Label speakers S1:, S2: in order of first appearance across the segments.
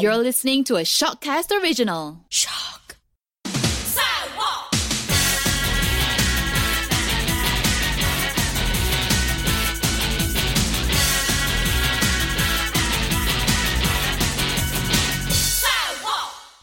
S1: You're listening to a Shockcast original.
S2: Shock.
S3: 赛沃赛沃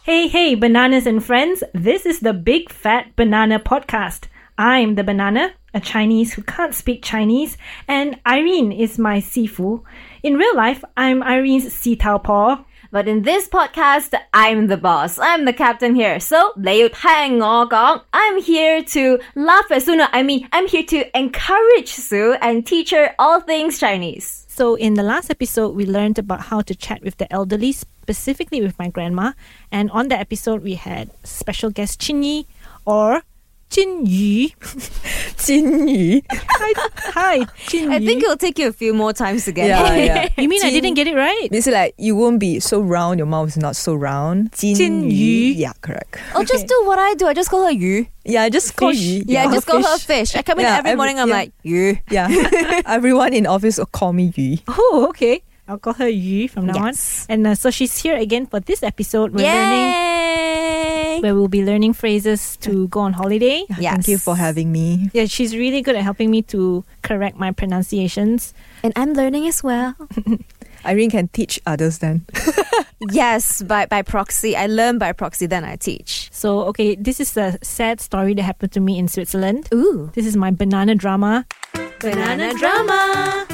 S4: Hey, hey, bananas and friends. This is the Big Fat Banana Podcast. I'm the banana, a Chinese who can't speak Chinese, and Irene is my Sifu. In real life, I'm Irene's Si Tao Po.
S2: But in this podcast, I'm the boss. I'm the captain here. So, 你要聽我講. I'm here to laugh at Sue. No, I mean, I'm here to encourage Sue and teach her all things Chinese.
S4: So, in the last episode, we learned about how to chat with the elderly, specifically with my grandma. And on that episode, we had special guest Chin Yi or Chin Yu. Chin Yu. Hi, hi Chin
S2: I
S4: Yu.
S2: think it'll take you a few more times to get
S5: Yeah,
S2: it.
S5: Oh, yeah.
S4: you mean I didn't get it right?
S5: This is like you won't be so round. Your mouth is not so round.
S4: 金鱼。
S5: 金鱼. Yeah, correct.
S2: I'll just do what I do. I just call her you.
S5: Yeah, I just call
S4: Fish.
S5: you.
S2: Yeah, I
S5: Yeah,
S2: just call her fish. I come in
S5: Yeah,
S2: every
S5: every-
S2: morning. I'm
S5: yeah.
S2: like you.
S5: yeah. Everyone in office will call me Yu.
S4: Oh, okay. I'll call her Yu from now on. And uh, so she's here again for this episode. We're learning
S2: Yay!
S4: where we'll be learning phrases to go on holiday.
S2: Yes.
S5: Thank you for having me.
S4: Yeah, she's really good at helping me to correct my pronunciations.
S2: And I'm learning as well.
S5: Irene can teach uh, others then.
S2: yes, by by proxy. I learn by proxy. Then I teach.
S4: So, okay, this is a sad story that happened to me in Switzerland.
S2: Ooh,
S4: This is my banana drama.
S2: banana drama.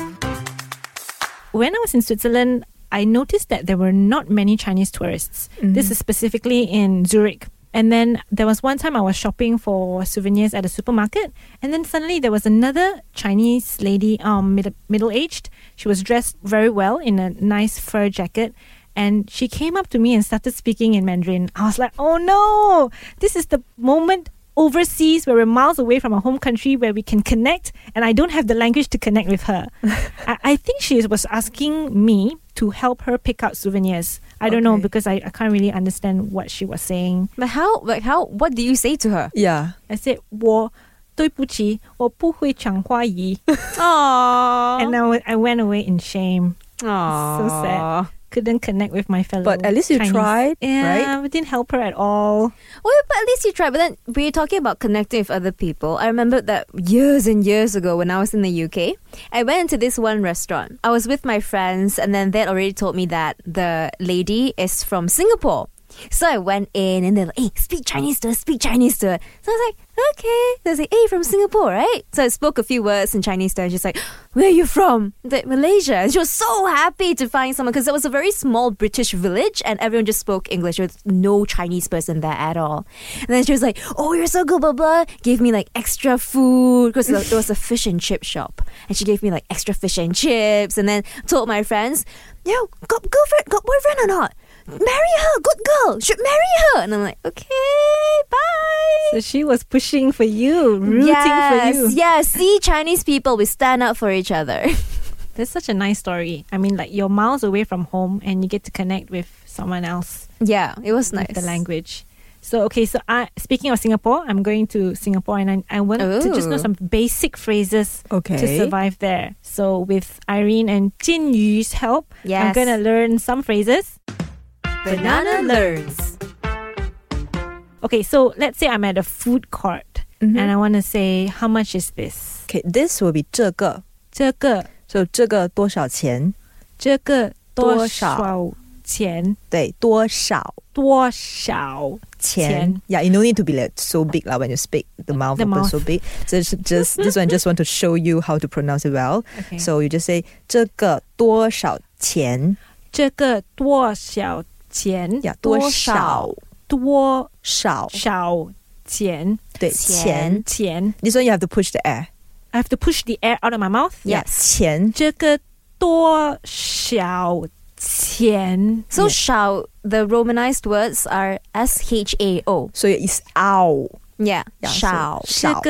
S4: When I was in Switzerland, I noticed that there were not many Chinese tourists. This is specifically in Zurich. And then there was one time I was shopping for souvenirs at a supermarket, and then suddenly there was another Chinese lady, um, mid- middle aged. She was dressed very well in a nice fur jacket, and she came up to me and started speaking in Mandarin. I was like, oh no, this is the moment overseas where we're miles away from our home country where we can connect, and I don't have the language to connect with her. I, I think she was asking me to help her pick out souvenirs. I don't know
S5: Okay.
S4: because I, I can't really understand what she was saying.
S2: But how? But how? What do you say to her?
S5: Yeah.
S4: I said, 我对不起，我不会讲华语。
S2: Aww.
S4: and I, wa- I went away in shame.
S2: Aww.
S4: So sad. Couldn't connect with my fellow.
S5: But at least you
S4: Chinese.
S5: tried,
S4: Yeah,
S5: right?
S4: we didn't help her at all.
S2: Well, but at least you tried. But then we were talking about connecting with other people. I remember that years and years ago when I was in the UK, I went into this one restaurant. I was with my friends, and then they already told me that the lady is from Singapore. So I went in and they're like, hey, speak Chinese to her, speak Chinese to her. So I was like, okay. They was like, hey, from Singapore, right? So I spoke a few words in Chinese to her. She's like, where are you from? I was Like, Malaysia. And she was so happy to find someone because it was a very small British village and everyone just spoke English. There was no Chinese person there at all. And then she was like, oh, you're so good, blah, blah. Gave me like extra food because there there was a fish and chip shop. And she gave me like extra fish and chips and then told my friends, yo, got girlfriend, got boyfriend or not? marry her, good girl, should marry her. And I'm like, okay, bye.
S4: So she was pushing for you, rooting
S2: yes,
S4: for you.
S2: yes. See, Chinese people, we stand up for each other.
S4: That's such a nice story. I mean, like you're miles away from home and you get to connect with someone else
S2: yeah, it was nice.
S4: with the language. So okay, so I speaking of Singapore, I'm going to Singapore and I, I want to just know
S2: Ooh.
S4: some basic phrases to
S5: Okay.
S4: survive there. So with Irene and Jin Yu's help, I'm
S2: Yes.
S4: gonna learn some phrases.
S2: Banana learns.
S4: Okay, so let's say I'm at a food court and I want to say how much is this?
S5: Okay, this will be 这个.
S4: 这个
S5: So 这个多少钱?
S4: 这个
S5: 多少？
S4: 多少钱？
S5: 对,多少钱.
S4: 多少？
S5: Yeah, you no need to be like so big like, when you speak. The mouth
S4: The
S5: open
S4: mouth.
S5: so big. So it's just this one just want to show you how to pronounce it well.
S4: Okay.
S5: So you just say 这个多少钱.
S4: 这个多少钱？
S5: Yeah, 多少少
S4: 多少钱？
S5: 对
S2: 钱。
S4: 钱。
S5: This one you have to push the air.
S4: I have to push the air out of my mouth.
S5: Yeah, 钱
S4: 这个多少钱？
S2: So shao, the romanized words are S H A O.
S5: So it's ow.
S2: Yeah,
S5: Yeah, so-
S2: shao.
S5: 少。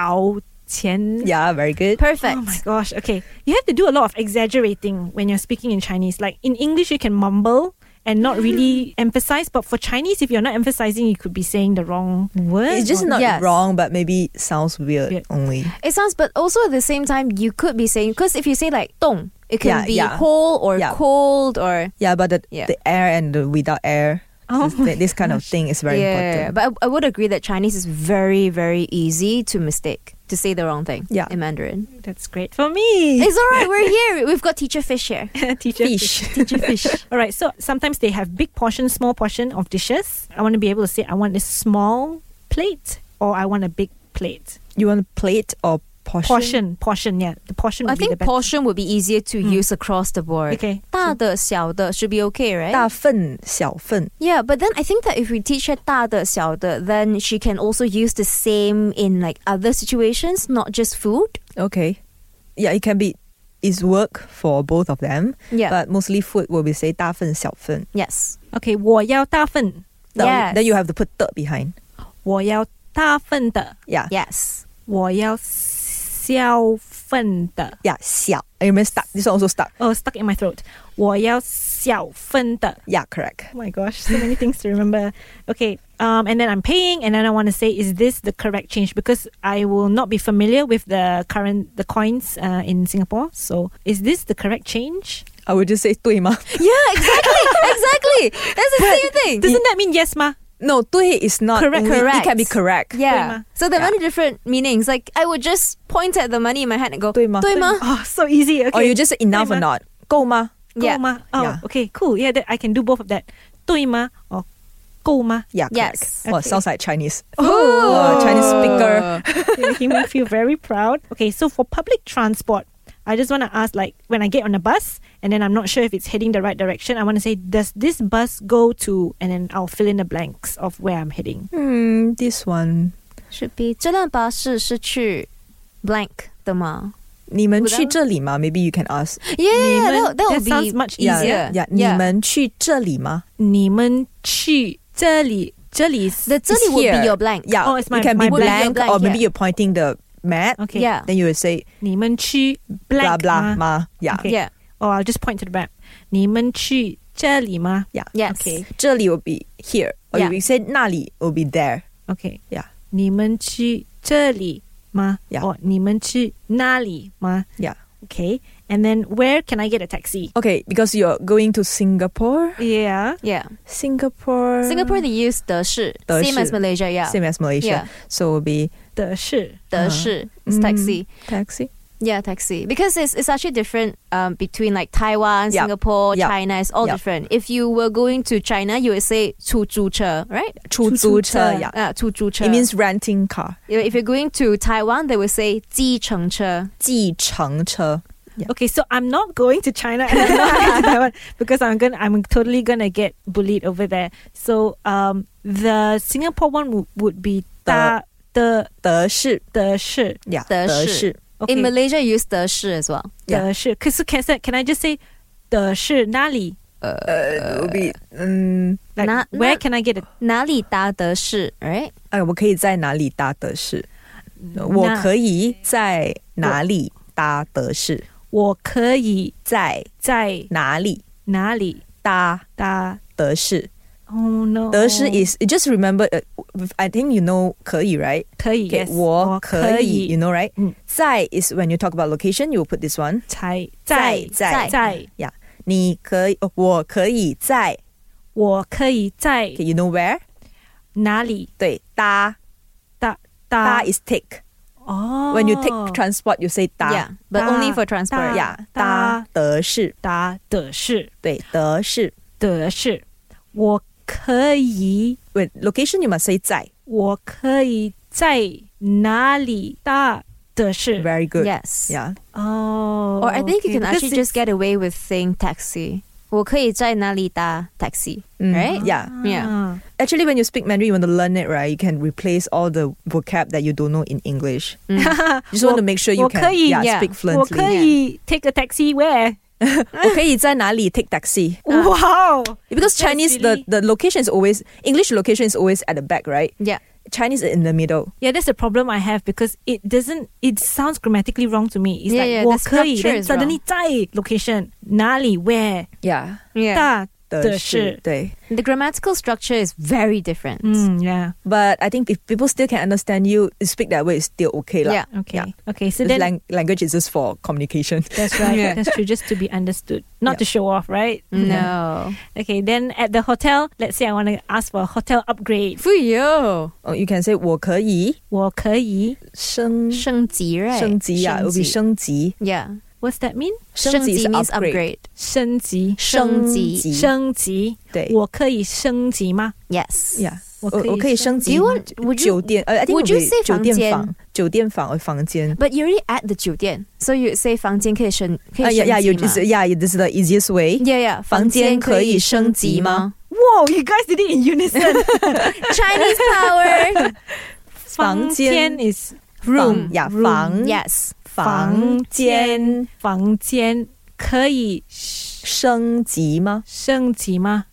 S4: 这个多少钱？
S5: Yeah, very good.
S2: Perfect.
S4: Oh my gosh. Okay. You have to do a lot of exaggerating when you're speaking in Chinese. Like in English, you can mumble and not really emphasize. But for Chinese, if you're not emphasizing, you could be saying the wrong word.
S5: It's just
S4: or-
S5: not
S2: Yes.
S5: wrong, but maybe sounds weird
S4: Weird.
S5: only.
S2: It sounds, but also at the same time, you could be saying because if you say like "dong," it can
S5: Yeah,
S2: be
S5: yeah.
S2: whole or
S5: Yeah.
S2: cold or
S5: Yeah, but the,
S2: Yeah.
S5: the air and the without air,
S4: Oh
S5: this, thi- this kind of thing is very important.
S2: But I, I would agree that Chinese is very, very easy to mistake to say the wrong thing.
S5: Yeah.
S2: in Mandarin.
S4: Oh, That's great for me.
S2: It's all right. We're here. We've got teacher fish here.
S4: teacher
S5: Fish.
S4: teacher fish. All right. So sometimes they have big portion, small portion of dishes. I want to be able to say I want a small plate or I want a big plate.
S5: you want plate or portion?
S4: Portion, portion. Yeah, the portion. Would
S2: I
S4: be the
S2: think
S4: best.
S2: portion would be easier to use across the board.
S4: Okay.
S2: 大的小的 should be okay, right?
S5: 大份小份
S2: Yeah, but then I think that if we teach her 大的小的, then she can also use the same in like other situations, not just food.
S5: Okay. Yeah, it can be it's work for both of them.
S2: Yeah.
S5: But mostly food will be say 大份小份.
S2: yes.
S4: Okay. 我要大份,
S5: Then-
S2: Yes.
S5: Then you have to put the behind.
S4: 我要大份的,
S5: Yeah.
S2: Yes.
S4: 我要小份的.
S5: Yeah. 小. I remember stuck. This one also stuck.
S4: Oh, stuck in my throat. 我要小份的.
S5: Yeah, correct.
S4: Oh my gosh, so many things to remember. Okay, um, and then I'm paying, and then I want to say, is this the correct change? Because I will not be familiar with the current the coins uh, in Singapore. So, is this the correct change?
S5: I would just say 对吗?
S2: Yeah, exactly. exactly. That's the same thing.
S4: Doesn't that mean yes, ma?
S5: No, 对 is not
S4: Correct,
S5: only- It
S2: correct.
S5: can be correct.
S4: "
S2: yeah.
S4: 对吗?"
S2: So there
S5: Yeah.
S2: are many different meanings. Like I would just point at the money in my hand and go,
S5: 对吗?
S2: 对吗?
S4: Oh, so easy. Okay.
S5: Or you just say enough or
S4: 对吗?
S5: not. 够吗?
S2: Yeah.
S4: 够吗? Oh,
S5: Yeah.
S4: okay, cool. Yeah, that, I can do both of that. 对吗? Or 够吗?
S5: Yeah, correct.
S2: Yes.
S5: Well,
S4: Okay.
S5: sounds like Chinese.
S2: Oh,
S5: Oh, Chinese speaker.
S4: You're making me feel very proud. Okay, so for public transport, I just want to ask like when I get on a bus and then I'm not sure if it's heading the right direction, I want to say, does this bus go to, and then I'll fill in the blanks of where I'm heading.
S5: Hmm, this one.
S2: Should be 这辆巴士是去 blank 的吗?
S5: 你们去这里吗? Maybe you can ask.
S2: Yeah, yeah, yeah, that,
S4: 你们-
S2: that would
S4: that sounds
S2: be
S4: much
S5: Yeah,
S2: easier.
S5: yeah. 你们去这里吗?
S4: 你们去这里，这里
S2: The 这里 would
S5: here.
S2: be your blank.
S5: Uh, Yeah.
S4: Oh, it's my-
S5: it can be
S4: my
S5: blank,
S2: blank.
S5: or
S2: Blank,
S5: maybe
S2: yeah.
S5: you're pointing the map.
S4: Okay.
S2: Yeah.
S5: Then you would say
S4: 你们去
S5: blah
S4: blank
S5: blah
S4: 吗？
S5: ma. Yeah.
S4: Okay.
S2: Yeah.
S4: Or I'll just point to the map. 你们去这里吗？
S5: Yeah.
S2: Yes.
S4: Okay.
S5: 这里 will be here. Or
S2: Yeah.
S5: you say 那里 will be there.
S4: Okay.
S5: Yeah.
S4: 你们去这里吗？
S5: Yeah.
S4: Or 你们去那里吗？
S5: Yeah.
S4: Okay. And then where can I get a taxi?
S5: Okay, because you're going to Singapore.
S4: Yeah.
S2: Yeah.
S5: Singapore.
S2: Singapore they use 德士,
S5: 德
S2: same
S5: 士.
S2: as Malaysia, yeah.
S5: Same as Malaysia.
S2: Yeah.
S5: So it will be
S4: 的是
S5: Uh-huh.
S2: 德士, it's
S5: Mm.
S2: taxi.
S5: taxi.
S2: Yeah, taxi. Because it's, it's actually different um, between like Taiwan,
S5: Yep.
S2: Singapore,
S5: Yep.
S2: China. It's all
S5: Yep.
S2: different. If you were going to China, you would say 出租车, right?
S5: 出租车, yeah.
S2: Uh, 出租车.
S5: It means renting car.
S2: if you're going to Taiwan, they would say 计程车.
S5: 计程车.
S4: Okay, so I'm not going to China and I'm not going to Taiwan because I'm gonna I'm totally gonna get bullied over there. So um the Singapore one would, would be
S5: 的-
S4: 的
S5: 德士.
S4: 的是
S5: Yeah.
S2: 德士.
S5: Deshi.
S4: okay
S2: In Malaysia, you use 德士 as well.
S5: yeah.
S4: 的是 'Cause can I- can I just say 的是哪里
S5: Uh, it will be mm, 嗯。
S4: like
S2: 那-
S4: where
S2: 那-
S4: can I get a
S2: 哪里搭德士, right?
S5: 哎，我可以在哪里搭德士？我可以在哪里搭德士？
S4: 我可以在
S5: 在哪里
S4: 哪里
S5: 搭
S4: 搭
S5: 德士？
S4: ？Oh no，
S5: 德士 is you just remember. Uh, I think you know 可以 right?
S4: 可以
S5: Okay,
S4: yes，
S5: 我可以，you know right?
S4: 嗯
S5: 在 is when you talk about location, you will put this one.
S4: 才
S5: 在
S4: 在
S5: 在
S4: 在，
S5: Yeah，你可以，哦我可以在
S4: 我可以在
S5: okay,，you know where？
S4: 哪里
S5: 对，搭
S4: 搭
S5: 搭
S2: Ah.
S4: 搭
S5: is take.
S4: 哦
S5: When you take transport, you say 搭。
S2: Oh. Yeah, but
S4: 搭-
S2: only for transport.
S4: 搭
S5: Yeah，
S4: 搭
S5: 搭德士，
S4: 搭的是
S5: 对，德士。
S4: 的是，我可以
S5: Wait, location you must say 在。
S4: 我可以在哪里搭的是
S5: Very good.
S2: Yes.
S5: Yeah.
S4: 哦
S2: Or I think
S4: Oh,
S2: you
S4: okay,
S2: can
S4: because
S2: actually just get away with saying taxi. 我可以在哪里搭 taxi,
S5: Mm.
S2: right?
S5: Yeah.
S2: Yeah.
S4: Ah.
S5: Actually, when you speak Mandarin, you want to learn it, right? You can replace all the vocab that you don't know in English. You just want to make sure you
S4: 我可
S5: can
S4: 以
S5: yeah,
S2: Mm. yeah.
S5: speak
S4: 我可
S5: fluently.
S4: 以 take a taxi where？
S5: 我可以在哪里 take taxi?
S4: Wow.
S5: Uh. Because
S4: That's
S5: Chinese,
S4: really-
S5: the, the location is always, English location is always at the back, right?
S2: Yeah.
S5: Chinese is in the middle.
S4: Yeah, that's the problem I have because it doesn't. It sounds grammatically wrong to me. It's
S2: Yeah,
S4: like
S2: yeah, the
S4: 我可以
S2: structure
S4: then
S2: is
S4: suddenly 在 location 哪里 where
S5: Yeah.
S2: Yeah.
S4: 大
S5: 的是
S4: 的是
S5: 对。
S2: The grammatical structure is very different.
S4: Mm, yeah.
S5: But I think if people still can understand you, speak that way is still okay lah.
S2: Yeah.
S4: Okay.
S5: Yeah.
S4: Okay. So
S5: This
S4: then
S5: lang- language is just for communication.
S4: that's right.
S2: Yeah.
S4: That's true. Just to be understood, not to show off, right?
S5: Mm-hmm.
S2: No.
S4: Okay. Then at the hotel, let's say I want to ask for a hotel upgrade.
S2: Fuyo.
S5: Oh, you can say 我可以
S4: 我可以.
S5: 升
S2: 升级, right?
S5: 升级 yeah, it will be 升级
S2: Yeah.
S4: What's that mean?
S5: 升级
S2: 升级
S5: 是
S2: means
S5: upgrade.
S2: upgrade.
S4: 升级.
S2: 升级。
S5: 升级。
S4: 升级.
S5: 对
S4: 我可以升级吗?
S2: Yes.
S5: Yeah. Oh,
S4: 我可以
S2: 升级。
S5: 我可以升级
S2: Do you want- would you-
S5: 酒店- uh, I think
S2: would
S5: it
S2: you
S5: be
S2: say
S5: 酒店房- oh, 酒店房 or 房间
S2: But you're already at the 酒店, so you say 房间可以升-可以升级吗?
S5: Uh, yeah, yeah, you just, yeah, this is the easiest way.
S2: Yeah, yeah.
S5: 房间可以升级吗？
S4: Whoa, you guys did it in unison.
S2: Chinese power.
S5: 房间
S4: 房间 is
S5: 房
S4: room.
S5: yeah,
S4: room.
S5: 房
S2: yes.
S5: 房间
S4: 房间可以升级吗？
S5: 升级吗？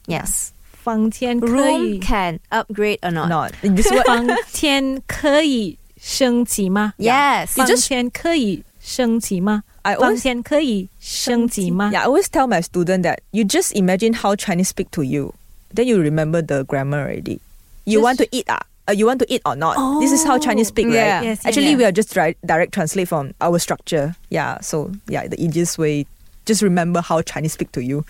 S2: Yes.
S4: 房间可以
S2: Room can upgrade or not.
S5: Not this word.
S4: 房间可以升级吗？
S2: Yes.
S5: You just-
S4: 房间可以升级吗？
S5: I always
S4: 房间可以升级吗？
S5: yeah, I always tell my student that you just imagine how Chinese speak to you, then you remember the grammar already. You
S4: Just-
S5: want to eat ah. Uh, you want to eat or not? this is how Chinese speak,
S2: yeah.
S5: right?
S4: Yes, yeah,
S5: Actually,
S4: yeah.
S5: we are just direct, direct translate from our structure. Yeah, so yeah, the easiest way, just remember how Chinese speak to you.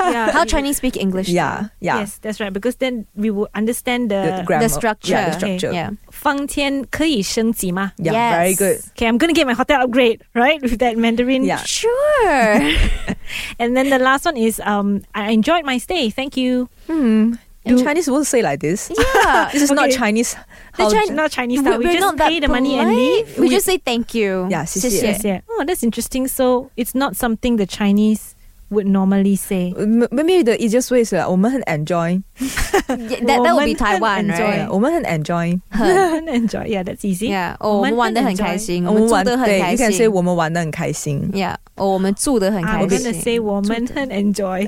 S4: Yeah,
S2: How
S4: you-
S2: Chinese speak English?
S5: Yeah, yeah.
S4: Yes, that's right. Because then we will understand
S5: The,
S4: the,
S5: grammar. Yeah,
S2: structure.
S5: the structure.
S2: Yeah.
S4: 房间可以升级吗?
S5: Yeah,
S2: Yes.
S5: very good.
S4: Okay, I'm gonna get my hotel upgrade, right? With that Mandarin.
S5: Yeah.
S2: Sure.
S4: And then the last one is um, I enjoyed my stay. Thank you.
S5: Hmm. And Chinese will say like this.
S2: yeah.
S5: This is not
S4: Okay.
S5: Chinese.
S2: The
S5: how-
S2: Chi-
S4: Not Chinese style. We
S2: We're
S4: just
S2: not that
S4: pay the money and
S2: polite.
S4: leave.
S2: We, just say thank you.
S5: Yeah, 谢谢。
S4: yes, yeah. Oh, that's interesting. So it's not something the Chinese would normally say.
S5: M- Maybe the easiest way is like, 我们很 enjoy.
S2: Yeah, that, that would be
S4: 我们很
S2: Taiwan,
S4: enjoy.
S2: right?
S5: Yeah, 我们很 enjoy.
S4: 很 enjoy. Yeah, that's easy.
S2: Yeah. Oh,
S4: 我们很 enjoy。
S2: 哦，我们玩得很开心，
S5: 我们玩-对，You can say
S2: "
S5: 我
S2: 我们住得很开心."
S5: 们玩得很开心。
S2: Yeah. Oh, 哦，我们住得很开心。
S4: I'm gonna say 我们很 enjoy.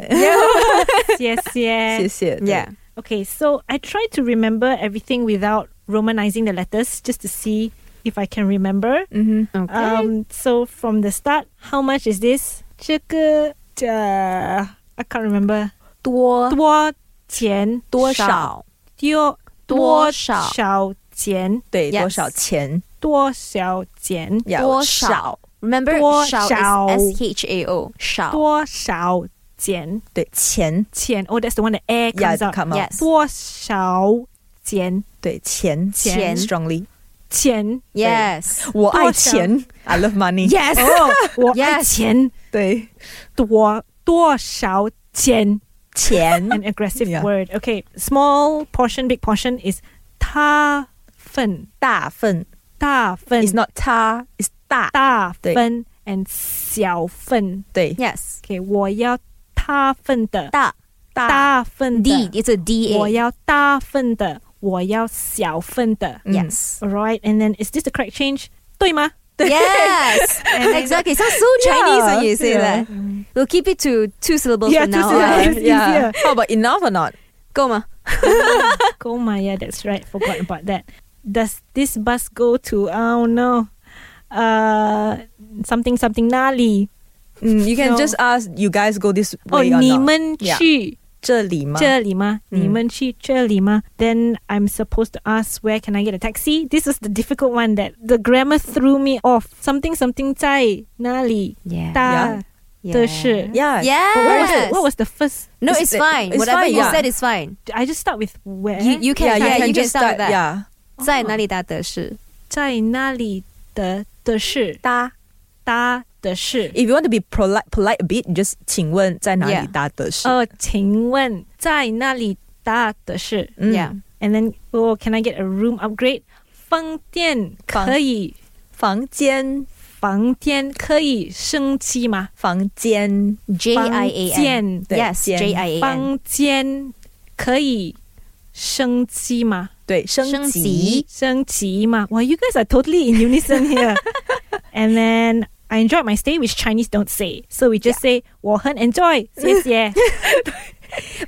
S4: yes, yeah.
S5: 谢谢。
S2: Yeah.
S4: Okay, so I tried to remember everything without romanizing the letters just to see if I can remember.
S5: Mm-hmm.
S2: Okay.
S4: Um, so from the start, how much is this? 这个, uh, I can't remember.
S2: 多-
S4: 多钱,
S2: 多少。
S4: 丢,
S2: 多少。
S4: 多少钱,
S5: 对
S2: Yes.
S5: 多少钱？
S4: 多少钱,
S5: 要
S2: 多少。Remember,
S4: 多少。
S2: shao is S-H-A-O. Shao.
S4: 多少钱,
S5: 对钱，
S4: 钱. Oh, that's the one that air
S5: Yeah,
S4: comes out.
S5: come out.
S2: Yes.
S4: 多少钱,
S5: 对钱
S2: 钱
S5: strongly，
S4: 钱.
S2: Yes.
S5: 我爱
S4: 多少
S5: 钱，I love money。
S2: Yes.
S4: Oh, 我爱钱,
S5: 对
S4: 多-多少钱。
S5: 钱
S4: an aggressive
S5: Yeah.
S4: word. Okay, small portion, big portion is 他分,
S5: 大份
S2: 嗯
S4: 大分,
S5: ，is not 他，is 大。
S4: 大分 and 小份.
S5: 对
S2: Yes.
S4: Okay, 我要他分的,
S2: 大。
S4: 大份的,
S2: D. It's a D-A.
S4: 我要大份的,我要小份的.
S2: Yes.
S4: Alright, and then is this the correct change? 对吗?
S2: Yes. exactly. It sounds so Chinese when you say
S5: Yeah.
S2: that. We'll keep it to two syllables
S4: Yeah,
S2: from
S4: two
S2: now 啊
S4: syllables.
S2: on.
S4: It's
S5: Yeah.
S4: easier.
S5: How about enough or not？
S2: Go, ma.
S4: Goma, yeah, that's right. Forgot about that. Does this bus go to oh no, uh, something something 哪里?
S5: 嗯，you can
S4: No.
S5: just ask you guys go this
S4: 哦，
S2: Oh,
S5: way or
S4: 你
S5: not？
S4: 们
S5: Yeah.
S4: 去
S5: 这里吗？
S4: 这里吗？
S2: Hmm.
S5: 嗯
S4: 你们去这里吗？Then I'm supposed to ask where can I get a taxi? This is the difficult one that the grammar threw me off. Something something 在哪里
S2: Yeah.
S4: 大
S2: Yeah.
S4: 的是
S5: Yeah.
S2: Yes.
S4: But what was the, what was the first?
S2: No,
S5: It's-
S2: it's, fine.
S5: it's
S2: Whatever
S5: fine,
S2: you
S5: yeah. Eh?
S2: said is fine.
S4: I just start with where.
S2: You, you can,
S5: Yeah, you
S2: yeah,
S5: can
S2: you can
S5: just
S2: start with
S5: start.
S2: that.
S5: Yeah.
S2: 在哪里搭的是？
S4: 在哪里的的是
S5: 搭。
S4: 搭的是
S5: If you want to be polite, polite a bit, just 请问在哪里
S2: Yeah. 呃
S5: 搭的是？
S4: 哦，请问在哪里搭的是？
S5: 嗯
S2: Yeah.
S4: And then, oh, can I get a room upgrade? 房间可以，
S5: 房间，
S4: 房间可以升级吗？
S5: 房间，
S2: J I A N.
S4: 房间
S5: 对
S2: Yes,
S5: 间
S2: J I A N.
S4: 房间可以升级吗？
S5: 对，
S2: 升
S5: 升级
S2: 级，
S4: 升级吗？Wow, you guys are totally in unison here. And then I enjoyed my stay, which Chinese don't say, so we just say 我很 enjoy，谢谢。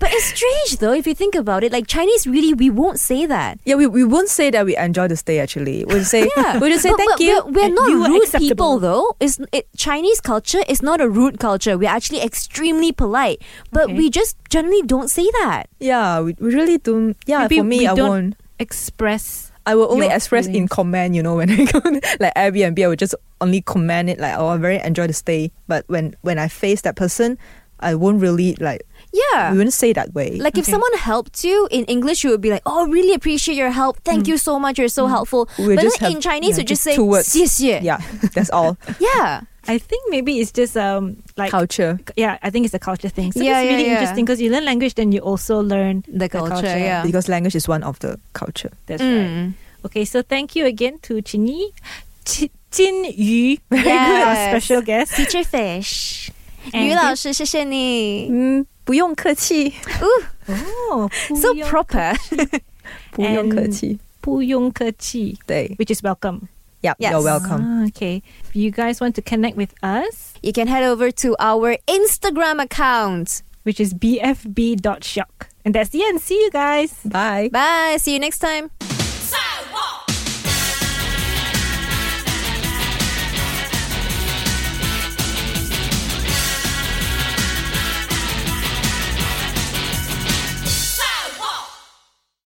S2: But it's strange though, if you think about it. Like Chinese, really, we won't say that.
S5: Yeah, we, we won't say that we enjoy the stay actually. We'll say
S2: Yeah,
S5: we'll just say
S2: But-
S5: thank
S2: but
S5: you.
S2: We're, we're
S5: and
S2: not
S5: you were
S2: rude
S5: acceptable."
S2: people though. It's it, Chinese culture is not a rude culture. We're actually extremely polite, but
S4: Okay.
S2: we just generally don't say that.
S5: Yeah, we, we really don't yeah,
S4: Maybe
S5: for me
S4: we
S5: I
S4: don't-
S5: won't
S4: Express.
S5: I will only
S4: your
S5: express in
S4: feelings.
S5: comment, you know, when I go to, like Airbnb, I would just only comment it like, oh, I very enjoy the stay. But when when I face that person, I won't really like.
S2: Yeah.
S5: We wouldn't say that way.
S2: Like if
S4: Okay.
S2: someone helped you in English, you would be like, "Oh, really appreciate your help. Thank you so much. You're so helpful."
S5: We would
S2: but
S5: just
S2: then
S5: have-
S2: in Chinese,
S5: yeah,
S2: you just
S5: just
S2: say
S5: two words.
S2: 谢谢.
S5: yeah, that's all.
S2: yeah,
S4: I think maybe it's just um like
S5: Culture.
S4: yeah, I think it's a culture thing. So
S2: Yeah,
S4: it's
S2: yeah,
S4: really
S2: yeah.
S4: interesting because you learn language, then you also learn
S2: the culture.
S4: culture.
S2: Yeah.
S5: Because language is one of the culture.
S4: That's right.
S2: Mm.
S4: Okay, so thank you again to Chinyi, Chi- Jin Yu, very good, our
S2: Yes.
S4: special guest.
S2: Teacher Fish.
S5: Mm.
S4: And-
S2: 于老师，谢谢你。
S5: 不用客气，
S2: Ooh,
S4: Oh,
S2: so
S4: Puyong-
S2: proper.
S5: 不用客气.
S4: Puyong Kechi,
S5: 对
S4: which is welcome.
S5: yeah,
S2: Yes.
S5: you're welcome.
S4: Ah, okay, if you guys want to connect with us,
S2: You can head over to our Instagram account.
S4: which is bfb.shock. And that's the end. See you guys.
S5: Bye.
S2: Bye. See you next time.